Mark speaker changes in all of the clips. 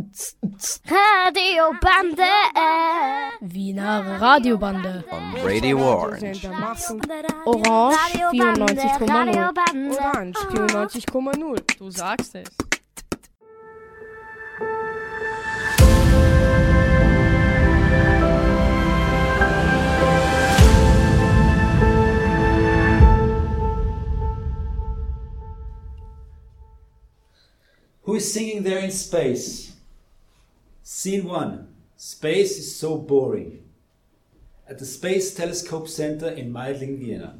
Speaker 1: gibt's
Speaker 2: Radiobande.
Speaker 3: Wiener Radiobande.
Speaker 1: on Radio Orange.
Speaker 4: Sender Massen.
Speaker 3: Orange
Speaker 2: Radiobande.
Speaker 3: 94,0.
Speaker 2: Radiobande.
Speaker 4: Orange 94,0.
Speaker 5: Du sagst es.
Speaker 6: Who is singing there in space? Scene 1. Space is so boring. At the Space Telescope Center in Meidling, Vienna.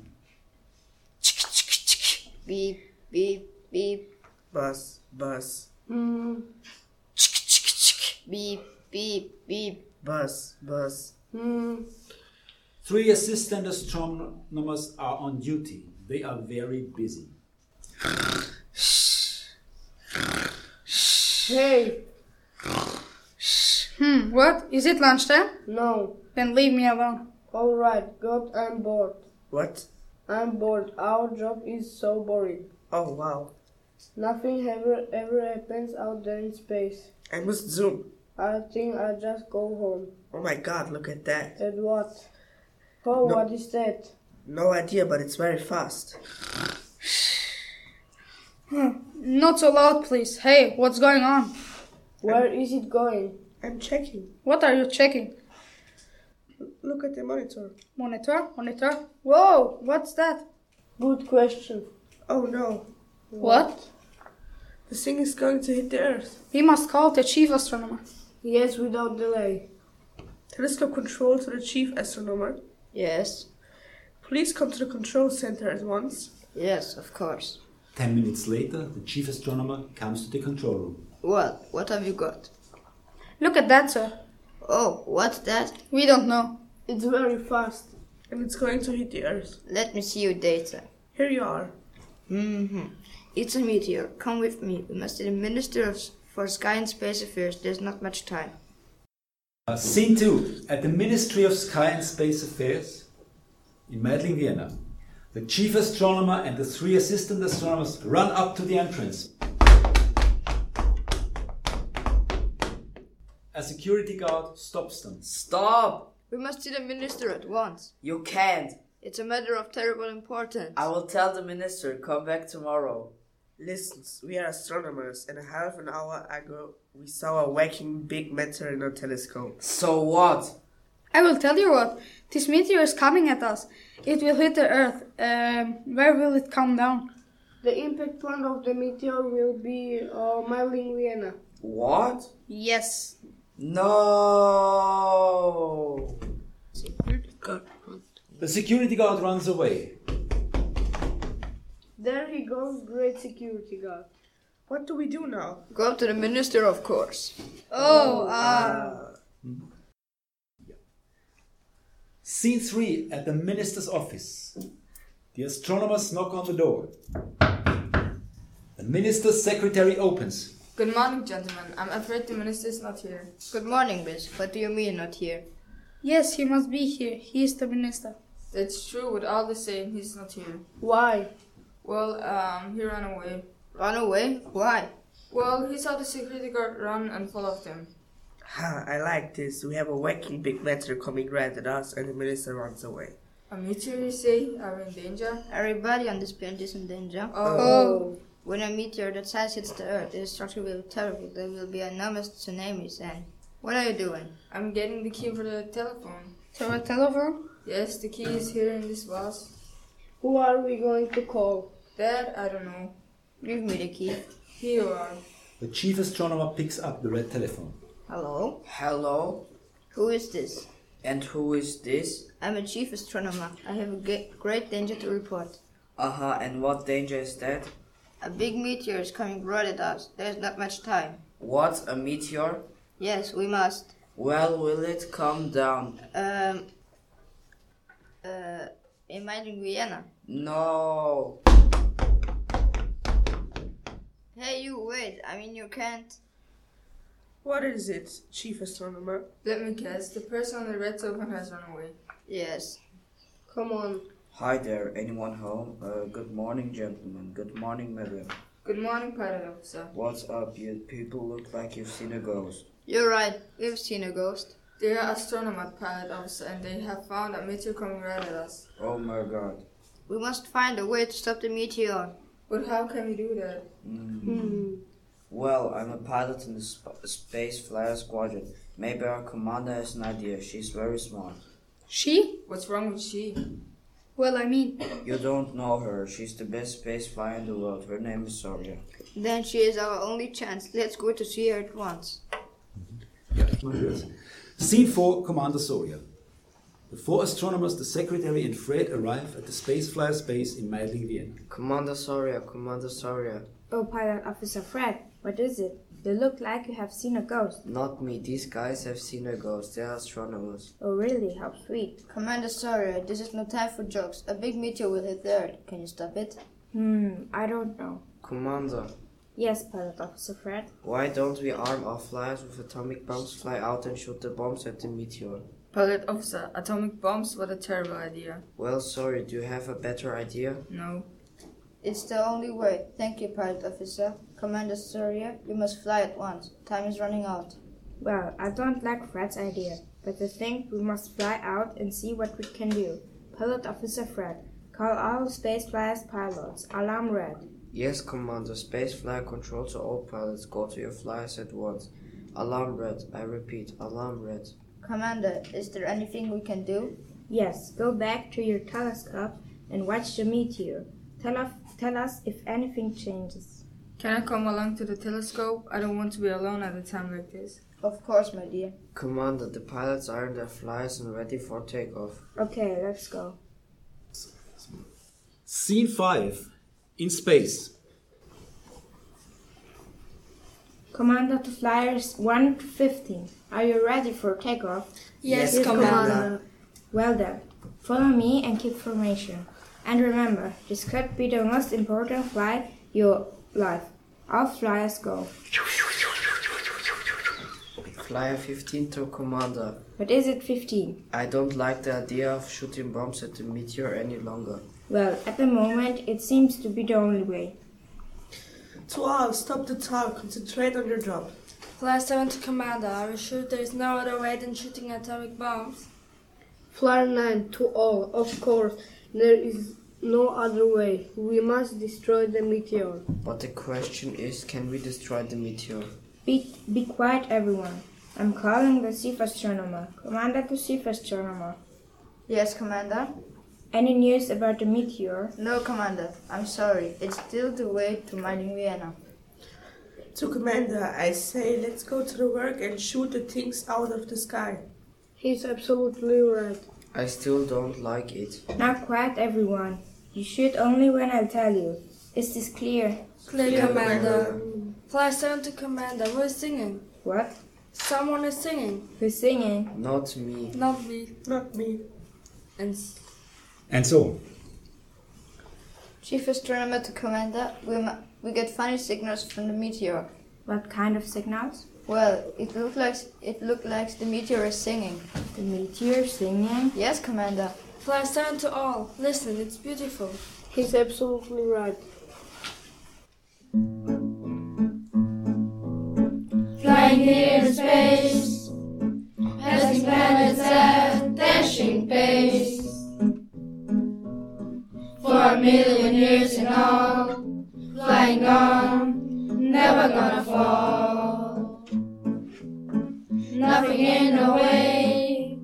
Speaker 7: Beep, beep, beep,
Speaker 8: Bass, Bass,
Speaker 7: beep, beep, beep.
Speaker 8: Bass, Bass.
Speaker 6: Three assistant astronomers are on duty. They are very busy.
Speaker 9: Hey,
Speaker 10: Hmm, what? Is it lunchtime?
Speaker 9: no.
Speaker 10: Then leave me alone.
Speaker 9: All right, God, I'm bored.
Speaker 8: What?
Speaker 9: I'm bored. Our job is so boring.
Speaker 8: Oh wow.
Speaker 9: Nothing ever ever happens out there in space.
Speaker 8: I must zoom.
Speaker 9: I think I'll just go home.
Speaker 8: Oh my god, look at that.
Speaker 9: And what? Oh,
Speaker 8: No.
Speaker 9: what is that?
Speaker 8: No idea, but it's very fast.
Speaker 10: Hmm, Not so loud, please. Hey, what's going on?
Speaker 9: Where is it going?
Speaker 8: I'm checking.
Speaker 10: What are you checking?
Speaker 8: Look at the monitor.
Speaker 10: Monitor? Monitor? Whoa, what's that?
Speaker 9: Good question.
Speaker 8: Oh no.
Speaker 10: What?
Speaker 8: The thing is going to hit the Earth.
Speaker 10: We must call the chief astronomer.
Speaker 9: Yes, without delay.
Speaker 8: Telescope control to the chief astronomer.
Speaker 7: Yes,
Speaker 8: Please come to the control center at once.
Speaker 7: yes, of course.
Speaker 6: Ten minutes later, the chief astronomer comes to the control room.
Speaker 7: Well, what have you got?
Speaker 10: Look at that, sir.
Speaker 7: Oh, what's that?
Speaker 10: We don't know.
Speaker 9: It's very fast.
Speaker 8: And it's going to hit the Earth.
Speaker 7: Let me see your data.
Speaker 8: Here you are.
Speaker 7: hmm It's a meteor. Come with me. We must see the Minister of for Sky and Space Affairs. There's not much time.
Speaker 6: Uh, scene 2. At the Ministry of Sky and Space Affairs in Meidling, Vienna. The chief astronomer and the three assistant astronomers run up to the entrance. A security guard stops them.
Speaker 7: Stop! We must see the Minister at once.
Speaker 8: You can't.
Speaker 7: It's a matter of terrible importance.
Speaker 8: will tell the minister. Come back tomorrow. Listen, we are astronomers, and a half an hour ago we saw a whacking big meteor in our telescope.
Speaker 7: So what?
Speaker 10: I will tell you what. This meteor is coming at us. It will hit the Earth. Um, where will it come down?
Speaker 9: The impact point of the meteor will be uh, Meidling, Vienna.
Speaker 8: What?
Speaker 10: Yes.
Speaker 8: No.
Speaker 6: The security guard runs away.
Speaker 9: There he goes, great security guard.
Speaker 8: What do we do now?
Speaker 7: Go to the Minister, of course.
Speaker 10: Oh, ah.
Speaker 6: Uh, Scene 3 at the minister's office. The astronomers knock on the door. The minister's secretary opens.
Speaker 2: Good morning, gentlemen. I'm afraid the minister is not here.
Speaker 7: Good morning, miss. What do you mean not here?
Speaker 10: yes, he must be here. He is the minister.
Speaker 2: That's true, but all the same, he's not here.
Speaker 9: Why?
Speaker 2: Well, um, he ran away.
Speaker 7: Run away? Why?
Speaker 2: Well, he saw the security guard run and followed him.
Speaker 8: Ha, I like this. We have a whacking big meteor coming right at us, and the minister runs away.
Speaker 2: A meteor, you say? Are we in danger?
Speaker 7: Everybody on this planet is in danger.
Speaker 2: Oh.
Speaker 7: When a meteor that size hits the Earth, the destruction will be terrible. There will be enormous tsunamis and... What are you doing?
Speaker 2: I'm getting the key for the telephone.
Speaker 10: So a telephone?
Speaker 2: Yes, the key is here in this box.
Speaker 9: Who are we going to call?
Speaker 2: That, I don't know.
Speaker 7: Give me the key.
Speaker 2: Here you are.
Speaker 6: The chief astronomer picks up the red telephone.
Speaker 7: Hello?
Speaker 8: Hello,
Speaker 7: Who is this?
Speaker 8: and who is this?
Speaker 7: I'm a chief astronomer. I have a ge- great danger to report.
Speaker 8: Uh huh, and what danger is that?
Speaker 7: A big meteor is coming right at us. There's not much time.
Speaker 8: What, a meteor?
Speaker 7: Yes, we must.
Speaker 8: Well, will it come down?
Speaker 7: Um... Uh... Imagine Vienna.
Speaker 8: No.
Speaker 7: Hey, you, wait. I mean, you can't...
Speaker 8: What is it, chief astronomer?
Speaker 2: Let me guess. The person on the red telephone has run away.
Speaker 7: Yes.
Speaker 9: Come on.
Speaker 8: Hi there, anyone home? Uh, good morning, gentlemen. Good morning, Miriam.
Speaker 11: Good morning, pilot officer.
Speaker 8: What's up? You people look like you've seen a ghost.
Speaker 12: You're right, we've seen a ghost.
Speaker 11: They are astronomer pilot officer and they have found a meteor coming right at us.
Speaker 8: Oh my god.
Speaker 12: We must find a way to stop the meteor.
Speaker 11: But how can we do that?
Speaker 8: Mm-hmm. Well, I'm a pilot in the sp- Space Flyer Squadron. Maybe our commander has an idea. She's very smart.
Speaker 13: She?
Speaker 11: What's wrong with she?
Speaker 13: Well, I mean,
Speaker 8: You don't know her. She's the best space flyer in the world. Her name is Soria.
Speaker 12: Then she is our only chance. Let's go to see her at once.
Speaker 6: Scene 4, Commander Soria. The four astronomers, the secretary and Fred arrive at the space flyer base in Meidling, Vienna.
Speaker 8: Commander Soria, Commander Soria.
Speaker 7: Oh, Pilot Officer Fred, what is it? You look like you have seen a ghost.
Speaker 8: Not me. These guys have seen a ghost. They're astronomers.
Speaker 7: Oh, really? How sweet.
Speaker 12: Commander Sawyer, this is no time for jokes. A big meteor will hit the Earth. Can you stop it?
Speaker 7: Hmm, I don't know.
Speaker 8: Commander,
Speaker 7: Yes, Pilot Officer Fred.
Speaker 8: why don't we arm our flyers with atomic bombs, fly out and shoot the bombs at the meteor?
Speaker 11: Pilot officer, atomic bombs, what a terrible idea.
Speaker 8: Well, sorry, do you have a better idea?
Speaker 11: No.
Speaker 12: It's the only way. Thank you, pilot officer. Commander Sawyer, you must fly at once. Time is running out.
Speaker 7: Well, I don't like Fred's idea, but I think we must fly out and see what we can do. Pilot Officer Fred, call all space flyers pilots. Alarm red.
Speaker 8: Yes, Commander. Space flyer control to all pilots. Go to your flyers at once. Alarm red. I repeat, alarm red.
Speaker 12: Commander, is there anything we can do?
Speaker 7: Yes, go back to your telescope and watch the meteor. Tell us, tell us if anything changes.
Speaker 11: Can I come along to the telescope? I don't want to be alone at a time like this.
Speaker 12: Of course, my dear.
Speaker 8: Commander, the pilots are in their flyers and ready for takeoff.
Speaker 7: Okay, let's go.
Speaker 6: Scene 5, in space.
Speaker 7: Commander to Flyers 1 to 15. Are you ready for takeoff?
Speaker 13: yes,
Speaker 7: Yes,
Speaker 13: Commander.
Speaker 7: Commander. Well done. Follow me and keep formation. And remember, this could be the most important flight your life. All flyers go.
Speaker 8: Flyer 15 to Commander.
Speaker 7: What is it, 15?
Speaker 8: I don't like the idea of shooting bombs at the meteor any longer.
Speaker 7: Well, at the moment, it seems to be the only way.
Speaker 1: To
Speaker 9: Oh,
Speaker 1: all, stop the talk. Concentrate on your job.
Speaker 9: Fly 7 to Commander, are you sure there is no other way than shooting atomic bombs?
Speaker 13: Flyer 9 to all, of course. There is no other way. We must destroy the meteor.
Speaker 8: But the question is, can we destroy the meteor?
Speaker 7: Be, be quiet, everyone. I'm calling the chief astronomer. Commander to chief astronomer.
Speaker 12: Yes, Commander?
Speaker 7: Any news about the meteor?
Speaker 12: No, Commander. I'm sorry. It's still the way to mining Vienna.
Speaker 1: To Commander, I say, let's go to the work and shoot the things out of the sky.
Speaker 9: He's absolutely right.
Speaker 8: I still don't like it.
Speaker 7: Now quiet, everyone. You shoot only when I tell you. Is this clear?
Speaker 9: Clear, Fly 7 to Commander, who is singing?
Speaker 7: What?
Speaker 9: Someone is singing,
Speaker 7: Who's singing?
Speaker 8: Not me.
Speaker 9: not me.
Speaker 1: Not me.
Speaker 9: And
Speaker 6: And so,
Speaker 12: Chief Astronomer to Commander, we, mu- we get funny signals from the meteor.
Speaker 7: What kind of signals?
Speaker 12: Well, it looked like it looked like the meteor is singing.
Speaker 7: The meteor singing?
Speaker 12: Yes, Commander.
Speaker 9: Fly 7 to all, listen, it's beautiful.
Speaker 13: He's absolutely right.
Speaker 7: Flying in space, passing planets at dashing pace. For a million years in all, flying on, never gonna fall. Nothing in the way,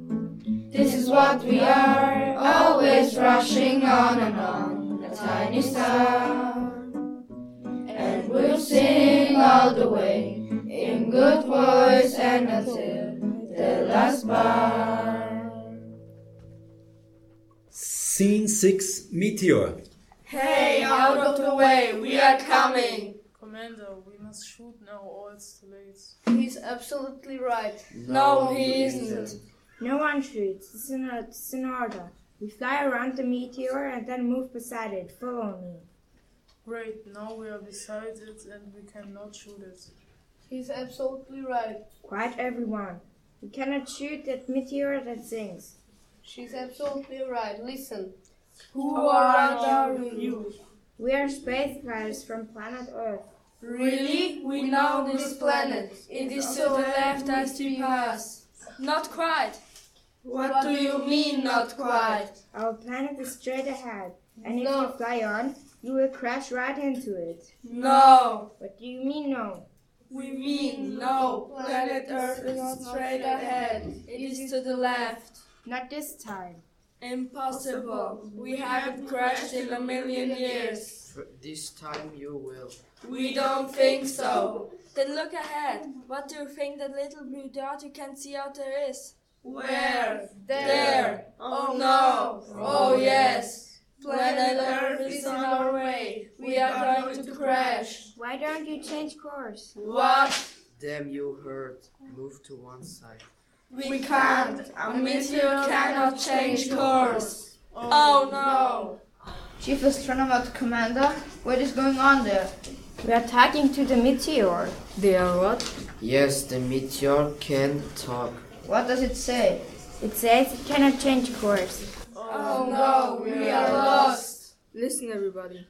Speaker 7: this is what we are, always rushing on and on, a tiny star. And we'll sing all the way in good voice and until the last bar.
Speaker 6: Scene 6, Meteor.
Speaker 9: Hey, out of the way, we are coming.
Speaker 14: Commander, we must shoot now or it's too late.
Speaker 13: He's absolutely right.
Speaker 9: No, he isn't.
Speaker 7: No one shoots. It's an, it's an order. We fly around the meteor and then move beside it. Follow me.
Speaker 14: Great, now we are beside it and we cannot shoot it.
Speaker 13: He's absolutely right.
Speaker 7: Quiet, everyone. We cannot shoot that meteor that sings.
Speaker 13: She's absolutely right. Listen.
Speaker 9: Who are under you?
Speaker 15: We are spacefighters from planet Earth.
Speaker 7: Really? We know this planet. It is to the left as we pass. Not quite. What do you mean, not quite?
Speaker 15: Our planet is straight ahead, and
Speaker 7: No.
Speaker 15: if you fly on, you will crash right into it.
Speaker 7: No.
Speaker 15: What do you mean, no?
Speaker 7: We mean no. Planet Earth is straight ahead. It is to the left.
Speaker 15: Not this time.
Speaker 7: Impossible. We haven't crashed in a million years.
Speaker 8: This time you will.
Speaker 7: We don't think so. Then look ahead. What do you think that little blue dot you can see out there is? Where? There. Oh no. Oh yes. Planet Earth is on our way. We are going to crash.
Speaker 15: Why don't you change course?
Speaker 7: What?
Speaker 8: Damn, you heard. Move to one side.
Speaker 7: We can't. A meteor cannot change course. Oh no.
Speaker 12: Chief Astronaut Commander, what is going on there?
Speaker 15: We are talking to the meteor.
Speaker 8: They are what? Yes, the meteor can talk.
Speaker 12: What does it say?
Speaker 15: It says it cannot change course.
Speaker 7: Oh no. We are lost.
Speaker 11: Listen, everybody.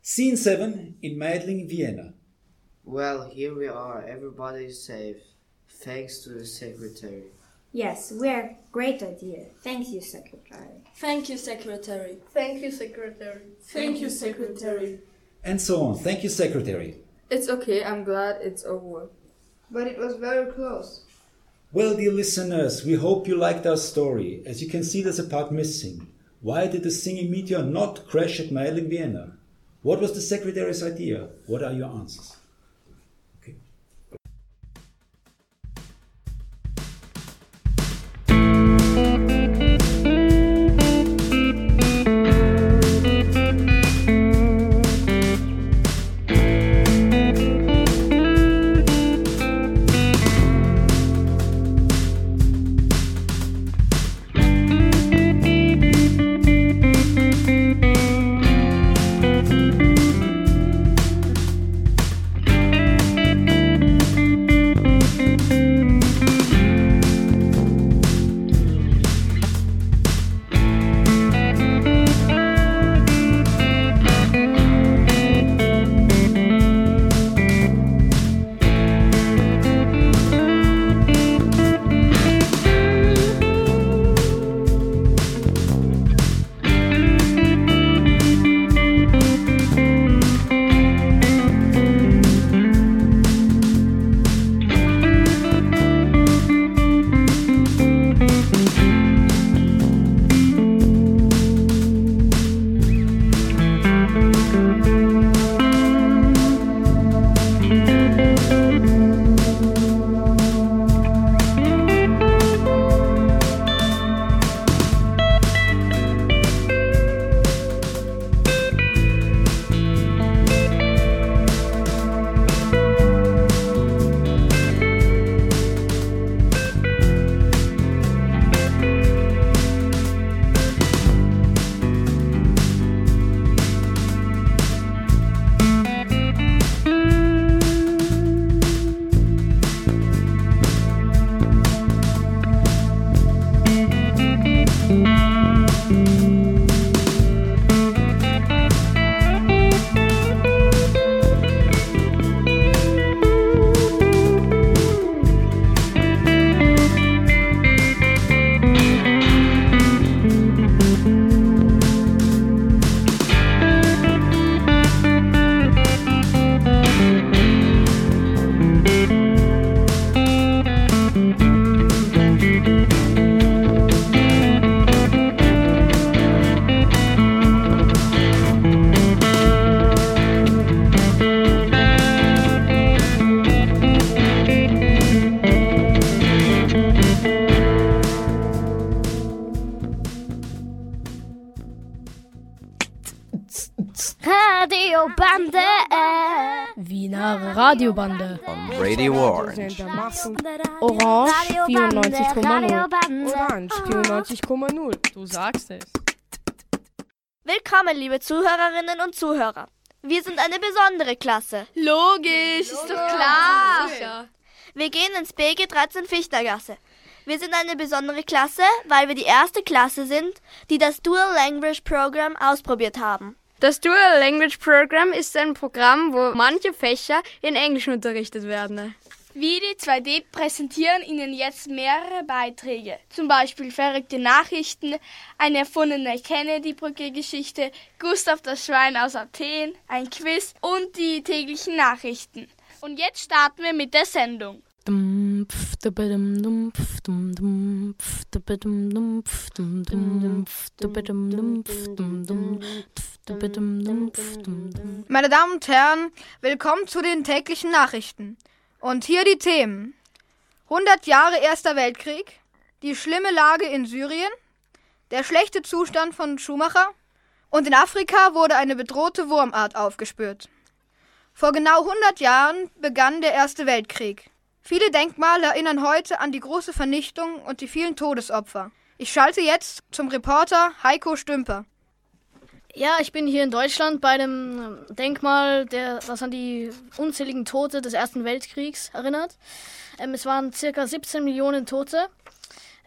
Speaker 6: Scene 7 in Meidling, Vienna.
Speaker 8: Well, here we are. Everybody is safe. Thanks to the secretary.
Speaker 15: Yes, we are. Great idea. Thank you, Secretary.
Speaker 11: Thank you, Secretary. Thank you, Secretary.
Speaker 14: Thank you, Secretary.
Speaker 6: And so on. Thank you, Secretary.
Speaker 11: It's okay, I'm glad it's over.
Speaker 12: But it was very close.
Speaker 6: Well, dear listeners, we hope you liked our story. As you can see, there's a part missing. Why did the singing meteor not crash at Meidling, Vienna? What was the secretary's idea? What are your answers?
Speaker 16: Radiobande. Wiener Radiobande.
Speaker 17: Radio Orange.
Speaker 18: Orange
Speaker 16: Radiobande,
Speaker 18: 94,0.
Speaker 16: Radiobande.
Speaker 18: Orange 94,0.
Speaker 3: Du sagst es.
Speaker 19: Willkommen, liebe Zuhörerinnen und Zuhörer. Wir sind eine besondere Klasse. Logisch, ist
Speaker 3: doch klar. Sicher.
Speaker 19: Wir gehen ins BG 13 Fichtergasse.
Speaker 20: Wir sind eine besondere Klasse, weil wir die erste Klasse sind, die das Dual Language Program ausprobiert haben.
Speaker 1: Das Dual Language Program ist ein Programm, wo manche Fächer in Englisch unterrichtet werden.
Speaker 3: Wir, die 2D, präsentieren Ihnen jetzt mehrere Beiträge, zum Beispiel verrückte Nachrichten, eine erfundene Kennedy-Brücke-Geschichte, Gustav das Schwein aus Athen, ein Quiz und die täglichen Nachrichten. Und jetzt starten wir mit der Sendung.
Speaker 21: Oh,
Speaker 10: Meine Damen und Herren, willkommen zu den täglichen Nachrichten. Und hier die Themen. 100 Jahre Erster Weltkrieg, die schlimme Lage in Syrien, der schlechte Zustand von Schumacher und in Afrika wurde eine bedrohte Wurmart aufgespürt. Vor genau 100 Jahren begann der Erste Weltkrieg. Viele Denkmale erinnern heute an die große Vernichtung und die vielen Todesopfer. Ich schalte jetzt zum Reporter Heiko Stümper.
Speaker 22: Ja, ich bin hier in Deutschland bei einem Denkmal, der, das an die unzähligen Tote des Ersten Weltkriegs erinnert. Ähm, es waren circa 17 Millionen Tote.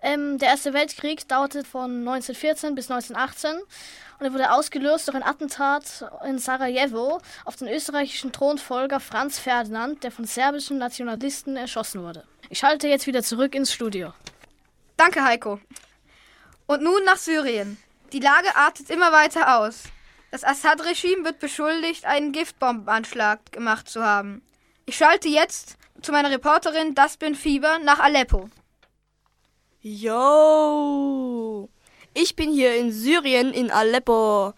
Speaker 22: Ähm, der Erste Weltkrieg dauerte von 1914 bis 1918 und er wurde ausgelöst durch ein Attentat in Sarajevo auf den österreichischen Thronfolger Franz Ferdinand, der von serbischen Nationalisten erschossen wurde. Ich schalte jetzt wieder zurück ins Studio.
Speaker 10: Danke, Heiko. Und nun nach Syrien. Die Lage artet immer weiter aus. Das Assad-Regime wird beschuldigt, einen Giftbombenanschlag gemacht zu haben. Ich schalte jetzt zu meiner Reporterin Dustin Fieber nach Aleppo.
Speaker 23: Yo! Ich bin hier in Syrien, in Aleppo.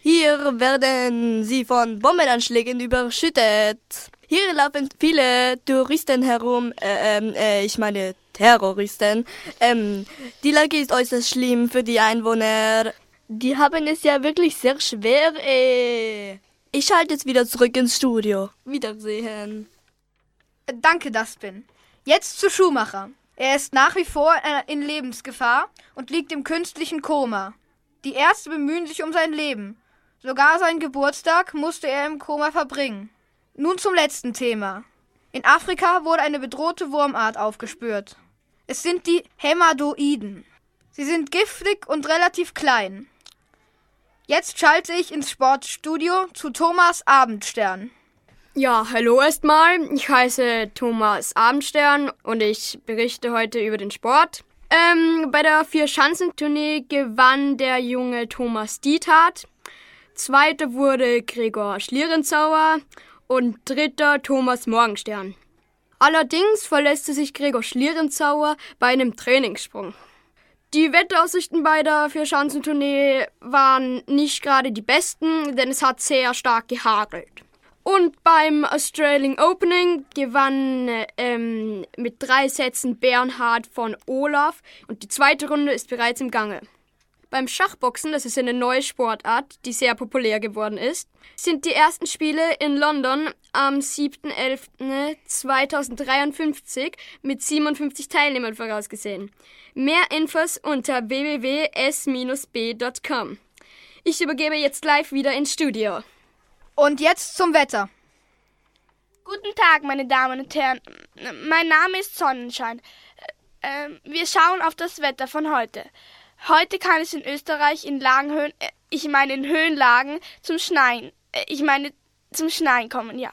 Speaker 23: Hier werden sie von Bombenanschlägen überschüttet. Hier laufen viele Touristen herum, äh, ähm, äh, ich meine Terroristen. Ähm, die Lage ist äußerst schlimm für die Einwohner.
Speaker 20: Die haben es ja wirklich sehr schwer, ey.
Speaker 23: äh. Ich schalte jetzt wieder zurück ins Studio.
Speaker 20: Wiedersehen.
Speaker 10: Äh, Danke, Dustin. Jetzt zu Schumacher. Er ist nach wie vor äh, in Lebensgefahr und liegt im künstlichen Koma. Die Ärzte bemühen sich um sein Leben. Sogar seinen Geburtstag musste er im Koma verbringen. Nun zum letzten Thema. In Afrika wurde eine bedrohte Wurmart aufgespürt. Es sind die Hämadoiden. Sie sind giftig und relativ klein. Jetzt schalte ich ins Sportstudio zu Thomas Abendstern.
Speaker 1: Ja, hallo erstmal. Ich heiße Thomas Abendstern und ich berichte heute über den Sport. Ähm, bei der Vier-Schanzentournee gewann der junge Thomas Diethardt. Zweiter wurde Gregor Schlierenzauer und dritter Thomas Morgenstern. Allerdings verletzte sich Gregor Schlierenzauer bei einem Trainingssprung. Die Wetteraussichten bei der Vierschanzentournee waren nicht gerade die besten, denn es hat sehr stark gehagelt. Und beim Australian Opening gewann ähm, mit drei Sätzen Bernhard von Olaf und die zweite Runde ist bereits im Gange. Beim Schachboxen, das ist eine neue Sportart, die sehr populär geworden ist, sind die ersten Spiele in London am 7.11.2053 mit 57 Teilnehmern vorausgesehen. Mehr Infos unter www.s-b.com. Ich übergebe jetzt live wieder ins Studio.
Speaker 10: Und jetzt zum Wetter.
Speaker 3: Guten Tag, meine Damen und Herren. Mein Name ist Sonnenschein. Äh, äh, Wir schauen auf das Wetter von heute. Heute kann es in Österreich in Lagenhöhen, äh, ich meine in Höhenlagen, zum Schneien, äh, ich meine zum Schneien kommen, ja.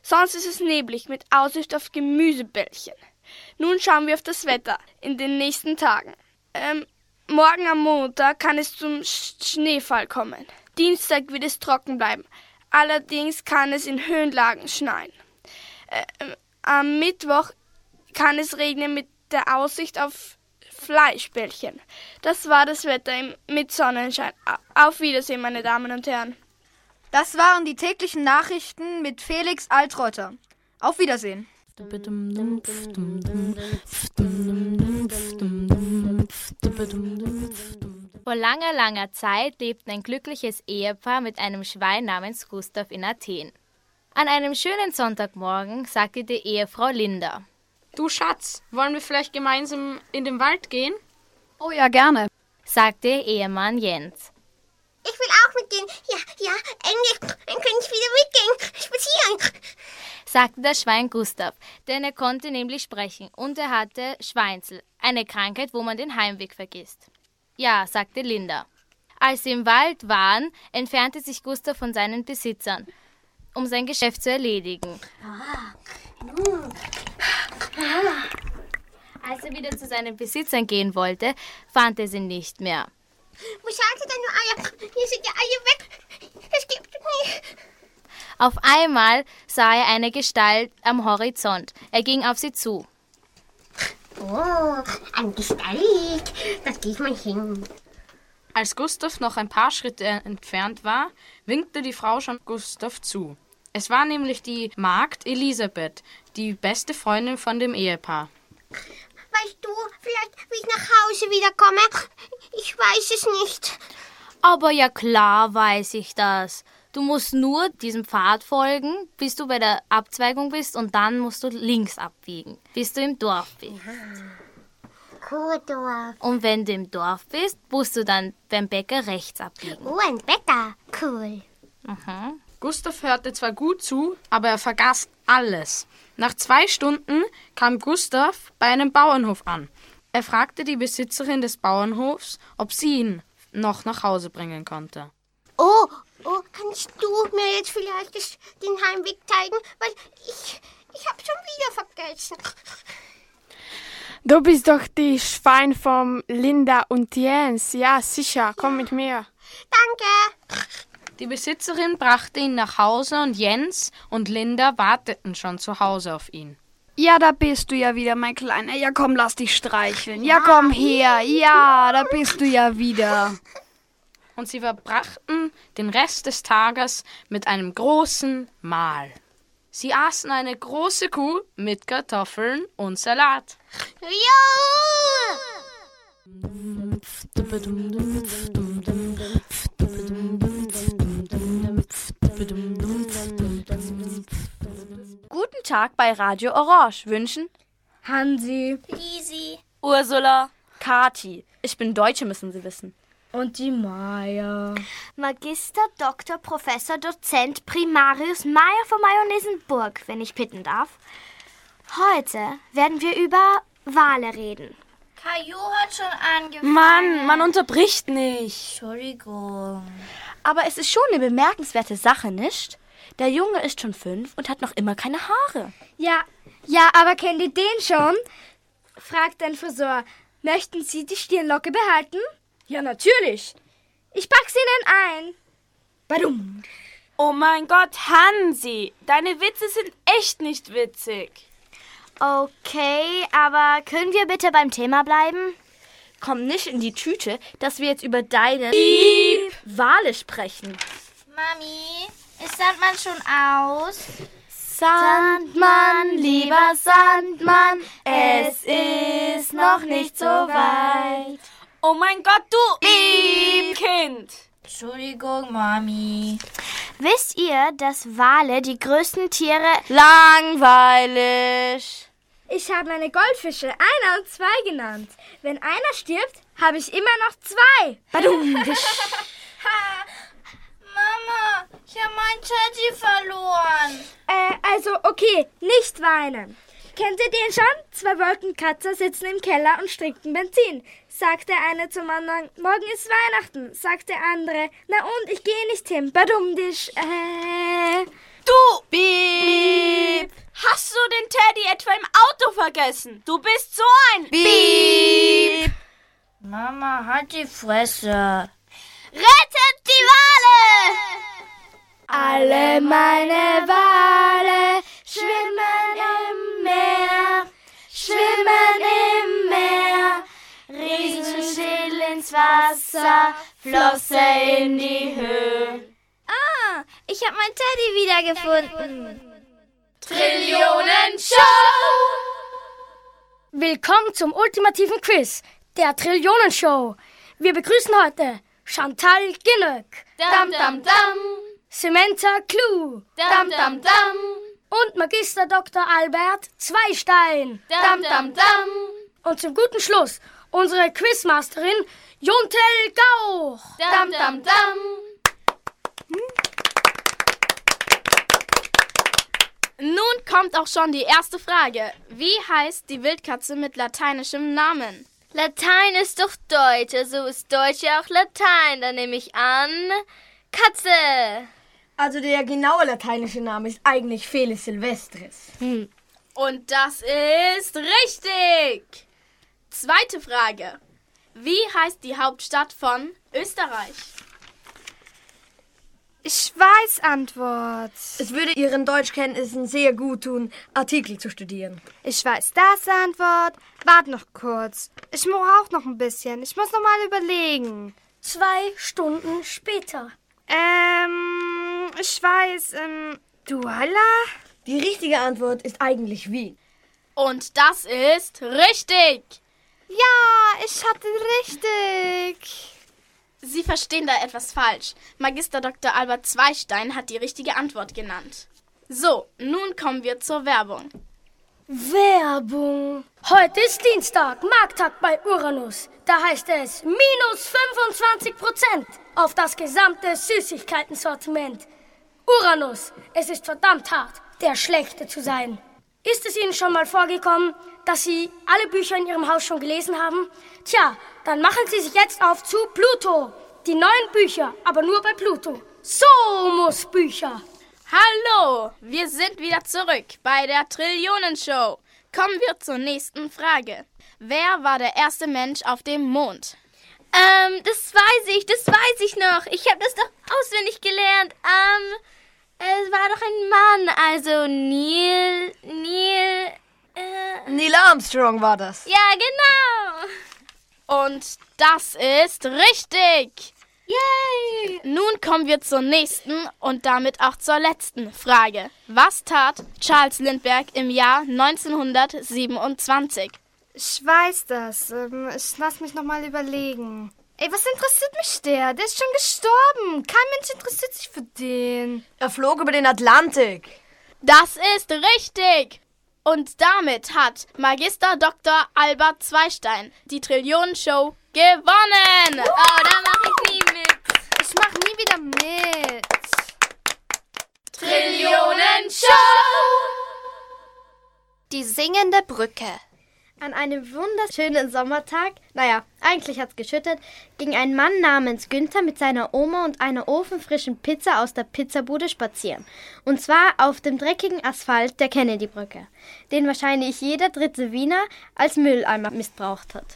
Speaker 3: Sonst ist es neblig mit Aussicht auf Gemüsebällchen. Nun schauen wir auf das Wetter in den nächsten Tagen. Ähm, morgen am Montag kann es zum Sch Schneefall kommen. Dienstag wird es trocken bleiben. Allerdings kann es in Höhenlagen schneien. Ähm, am Mittwoch kann es regnen mit der Aussicht auf Fleischbällchen. Das war das Wetter im, mit Sonnenschein. Au- Auf Wiedersehen, meine Damen und Herren.
Speaker 10: Das waren die täglichen Nachrichten mit Felix Altrotter. Auf Wiedersehen.
Speaker 24: Vor langer, langer Zeit lebten ein glückliches Ehepaar mit einem Schwein namens Gustav in Athen. An einem schönen Sonntagmorgen sagte die Ehefrau Linda.
Speaker 25: Du Schatz, wollen wir vielleicht gemeinsam in den Wald gehen?
Speaker 24: Oh ja, gerne, sagte ihr Ehemann Jens.
Speaker 21: Ich will auch mitgehen. Ja, ja, endlich. Dann kann ich wieder mitgehen. Spazieren.
Speaker 24: sagte das Schwein Gustav, denn er konnte nämlich sprechen und er hatte Schweinzel, eine Krankheit, wo man den Heimweg vergisst. Ja, sagte Linda. Als sie im Wald waren, entfernte sich Gustav von seinen Besitzern, um sein Geschäft zu erledigen. Als er wieder zu seinen Besitzern gehen wollte, fand er sie nicht mehr.
Speaker 21: Wo sind deine Eier? Hier sind die Eier weg. Es gibt nie.
Speaker 24: Auf einmal sah er eine Gestalt am Horizont. Er ging auf sie zu.
Speaker 21: Oh, ein Gestalt. Da gehe ich mal hin.
Speaker 26: Als Gustav noch ein paar Schritte entfernt war, winkte die Frau schon Gustav zu. Es war nämlich die Magd Elisabeth, die beste Freundin von dem Ehepaar.
Speaker 21: Weißt du vielleicht, wie ich nach Hause wiederkomme? Ich weiß es nicht.
Speaker 24: Aber ja klar weiß ich das. Du musst nur diesem Pfad folgen, bis du bei der Abzweigung bist und dann musst du links abbiegen, bis du im Dorf bist.
Speaker 21: Kuhdorf.
Speaker 24: Und wenn du im Dorf bist, musst du dann beim Bäcker rechts abbiegen.
Speaker 21: Oh, ein Bäcker. Cool.
Speaker 24: Mhm.
Speaker 26: Gustav hörte zwar gut zu, aber er vergaß alles. Nach zwei Stunden kam Gustav bei einem Bauernhof an. Er fragte die Besitzerin des Bauernhofs, ob sie ihn noch nach Hause bringen konnte.
Speaker 21: Oh, oh, kannst du mir jetzt vielleicht das- den Heimweg zeigen? Weil ich, ich habe schon wieder vergessen.
Speaker 9: Du bist doch die Schwein von Linda und Jens. Ja, sicher. Komm mit mir.
Speaker 26: Die Besitzerin brachte ihn nach Hause und Jens und Linda warteten schon zu Hause auf ihn.
Speaker 10: Ja, da bist du ja wieder, mein Kleiner. Ja, komm, lass dich streicheln. Ja, komm her. Ja, da bist du ja wieder.
Speaker 26: Und sie verbrachten den Rest des Tages mit einem großen Mahl. Sie aßen eine große Kuh mit Kartoffeln und Salat.
Speaker 21: Jo!
Speaker 7: Guten Tag bei Radio Orange wünschen Hansi,
Speaker 21: Easy.
Speaker 7: Ursula, Kati. Ich bin Deutsche, müssen Sie wissen.
Speaker 21: Und die Maya. Magister, Doktor, Professor, Dozent, Primarius Maya von Mayonesenburg, wenn ich bitten darf. Heute werden wir über Wale reden.
Speaker 1: Caillou hat schon angefangen.
Speaker 7: Mann, man unterbricht nicht.
Speaker 1: Entschuldigung.
Speaker 7: Aber es ist schon eine bemerkenswerte Sache, nicht? Der Junge ist schon fünf und hat noch immer keine Haare.
Speaker 1: Ja, ja, aber kennt ihr den schon? fragt ein Friseur. Möchten Sie die Stirnlocke behalten? Ja, natürlich. Ich pack's Ihnen ein. Badum.
Speaker 4: Oh mein Gott, Hansi, deine Witze sind echt nicht witzig.
Speaker 3: Okay, aber können wir bitte beim Thema bleiben?
Speaker 7: Komm nicht in die Tüte, dass wir jetzt über deine
Speaker 1: Piep.
Speaker 7: Wale sprechen.
Speaker 1: Mami, ist Sandmann schon aus?
Speaker 3: Sandmann, lieber Sandmann, es ist noch nicht so weit.
Speaker 4: Oh mein Gott, du Piep, Kind.
Speaker 1: Entschuldigung, Mami.
Speaker 3: Wisst ihr, dass Wale die größten Tiere... Langweilig.
Speaker 1: Ich habe meine Goldfische einer und zwei genannt. Wenn einer stirbt, habe ich immer noch zwei.
Speaker 3: Badum.
Speaker 1: Mama, ich habe meinen Chachi verloren. Äh, also okay, nicht weinen. Kennt ihr den schon? Zwei Wolkenkratzer sitzen im Keller und stricken Benzin. Sagt der eine zum anderen, morgen ist Weihnachten. Sagt der andere, na und, ich gehe nicht hin. Badum dich. Äh.
Speaker 4: Du Piep. Hast du den Teddy etwa im Auto vergessen? Du bist so ein Piep.
Speaker 1: Mama, halt die Fresse.
Speaker 21: Rettet die Wale!
Speaker 1: Alle meine
Speaker 3: Wale schwimmen im Meer, schwimmen im Meer. Riesen still ins Wasser, Flosse in die Höhe.
Speaker 1: Ah, ich habe meinen Teddy wiedergefunden.
Speaker 4: Trillionen Show!
Speaker 27: Willkommen zum ultimativen Quiz der Trillionen-Show. Wir begrüßen heute Chantal Ginnock.
Speaker 4: Dam, dam, dam.
Speaker 27: Samantha Clue.
Speaker 4: Dam, dam, dam.
Speaker 27: Und Magister Dr. Albert Zweistein.
Speaker 4: Dam, dam, dam.
Speaker 27: Und zum guten Schluss unsere Quizmasterin Jontel Gauch.
Speaker 4: Dam, dam, dam.
Speaker 3: Nun kommt auch schon die erste Frage. Wie heißt die Wildkatze mit lateinischem Namen?
Speaker 8: Latein ist doch Deutsch, also ist Deutsch ja auch Latein. Dann nehme ich an Katze.
Speaker 7: Also der genaue lateinische Name ist eigentlich Felis Silvestris.
Speaker 1: Hm.
Speaker 3: Und das ist richtig. Zweite Frage. Wie heißt die Hauptstadt von Österreich?
Speaker 7: Schweiz Antwort. Es würde Ihren Deutschkenntnissen sehr gut tun, Artikel zu studieren.
Speaker 15: Ich weiß das Antwort. Wart noch kurz. Ich brauche noch ein bisschen. Ich muss noch mal überlegen. Zwei Stunden später. Ähm, ich weiß, ähm, Duala?
Speaker 7: Die richtige Antwort ist eigentlich Wien.
Speaker 3: Und das ist richtig.
Speaker 7: Ja, ich hatte richtig.
Speaker 3: Sie verstehen da etwas falsch. Magister Dr. Albert Zweistein hat die richtige Antwort genannt. So, nun kommen wir zur Werbung.
Speaker 27: Werbung. Heute ist Dienstag, Markttag bei Uranus. Da heißt es minus 25 Prozent auf das gesamte Süßigkeitensortiment. Uranus, es ist verdammt hart, der Schlechte zu sein. Ist es Ihnen schon mal vorgekommen, dass Sie alle Bücher in Ihrem Haus schon gelesen haben? Tja, dann machen Sie sich jetzt auf zu Pluto. Die neuen Bücher, aber nur bei Pluto. So muss Bücher.
Speaker 3: Hallo, wir sind wieder zurück bei der Trillionenshow. Kommen wir zur nächsten Frage. Wer war der erste Mensch auf dem Mond?
Speaker 8: Ähm, das weiß ich, das weiß ich noch. Ich habe das doch auswendig gelernt. Ähm, es war doch ein Mann, also Neil, Neil, äh,
Speaker 7: Neil Armstrong war das.
Speaker 8: ja genau.
Speaker 3: Und das ist richtig. Yay! Nun kommen wir zur nächsten und damit auch zur letzten Frage. Was tat Charles Lindbergh im Jahr 1927?
Speaker 15: Ich weiß das. Ähm, Ich lass mich noch mal überlegen. Ey, was interessiert mich der? Der ist schon gestorben. Kein Mensch interessiert sich für den.
Speaker 7: Er flog über den Atlantik.
Speaker 3: Das ist richtig. Und damit hat Magister Dr. Albert Zweistein die Trillionen-Show gewonnen. Oh, da mache ich nie mit. Ich mache nie wieder mit.
Speaker 1: Die singende Brücke. An einem wunderschönen Sommertag, naja, eigentlich hat's geschüttet, ging ein Mann namens Günther mit seiner Oma und einer ofenfrischen Pizza aus der Pizzabude spazieren. Und zwar auf dem dreckigen Asphalt der Kennedy-Brücke, den wahrscheinlich jeder dritte Wiener als Mülleimer missbraucht hat.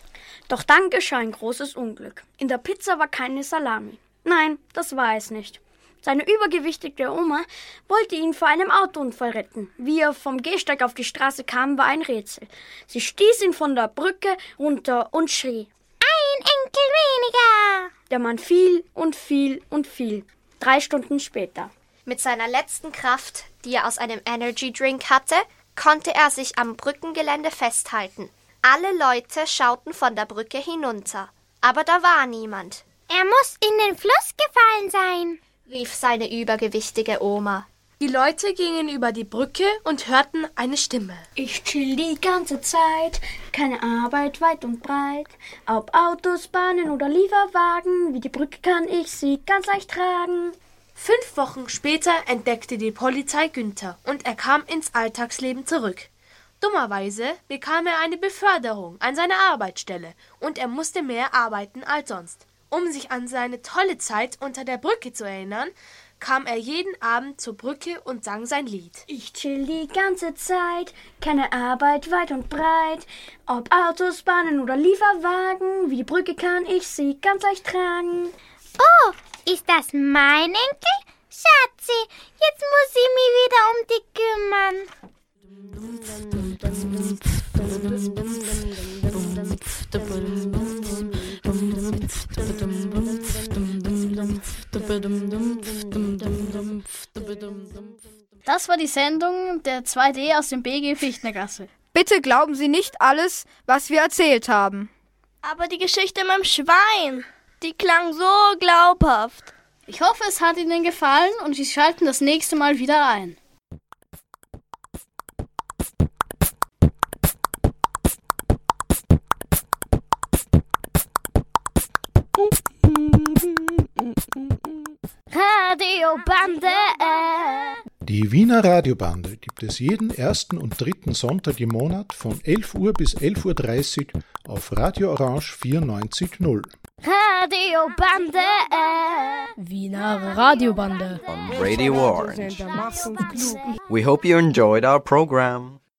Speaker 1: Doch dann geschah ein großes Unglück. In der Pizza war keine Salami. Nein, das war es nicht. Seine übergewichtige Oma wollte ihn vor einem Autounfall retten. Wie er vom Gehsteig auf die Straße kam, war ein Rätsel. Sie stieß ihn von der Brücke runter und schrie. Ein Enkel weniger! Der Mann fiel und fiel und fiel. Drei Stunden später. Mit seiner letzten Kraft, die er aus einem Energy Drink hatte, konnte er sich am Brückengelände festhalten. Alle Leute schauten von der Brücke hinunter, aber da war niemand. Er muss in den Fluss gefallen sein, rief seine übergewichtige Oma.
Speaker 9: Die Leute gingen über die Brücke und hörten eine Stimme.
Speaker 1: Ich chill die ganze Zeit, keine Arbeit weit und breit. Ob Autos, Bahnen oder Lieferwagen, wie die Brücke kann ich sie ganz leicht tragen.
Speaker 9: Fünf Wochen später entdeckte die Polizei Günther und er kam ins Alltagsleben zurück. Dummerweise bekam er eine Beförderung an seine Arbeitsstelle und er musste mehr arbeiten als sonst. Um sich an seine tolle Zeit unter der Brücke zu erinnern, kam er jeden Abend zur Brücke und sang sein Lied.
Speaker 1: Ich chill die ganze Zeit, keine Arbeit weit und breit. Ob Autos, Bahnen oder Lieferwagen, wie die Brücke kann ich sie ganz leicht tragen.
Speaker 21: Oh, ist das mein Enkel? Schatzi, jetzt muss ich mich wieder um dich kümmern.
Speaker 16: Das war die Sendung der 2D aus dem BG Fichtnergasse.
Speaker 10: Bitte glauben Sie nicht alles, was wir erzählt haben.
Speaker 8: Aber die Geschichte mit dem Schwein, die klang so glaubhaft.
Speaker 16: Ich hoffe, es hat Ihnen gefallen und Sie schalten das nächste Mal wieder ein.
Speaker 21: Radio Bande.
Speaker 13: Die
Speaker 11: Die Wiener Radiobande gibt es jeden ersten und dritten Sonntag im Monat von 11 Uhr bis 11.30 Uhr auf Radio Orange 94.0.
Speaker 28: Radiobande.
Speaker 4: Wiener Radiobande.
Speaker 29: Radio Orange. We hope you enjoyed our program.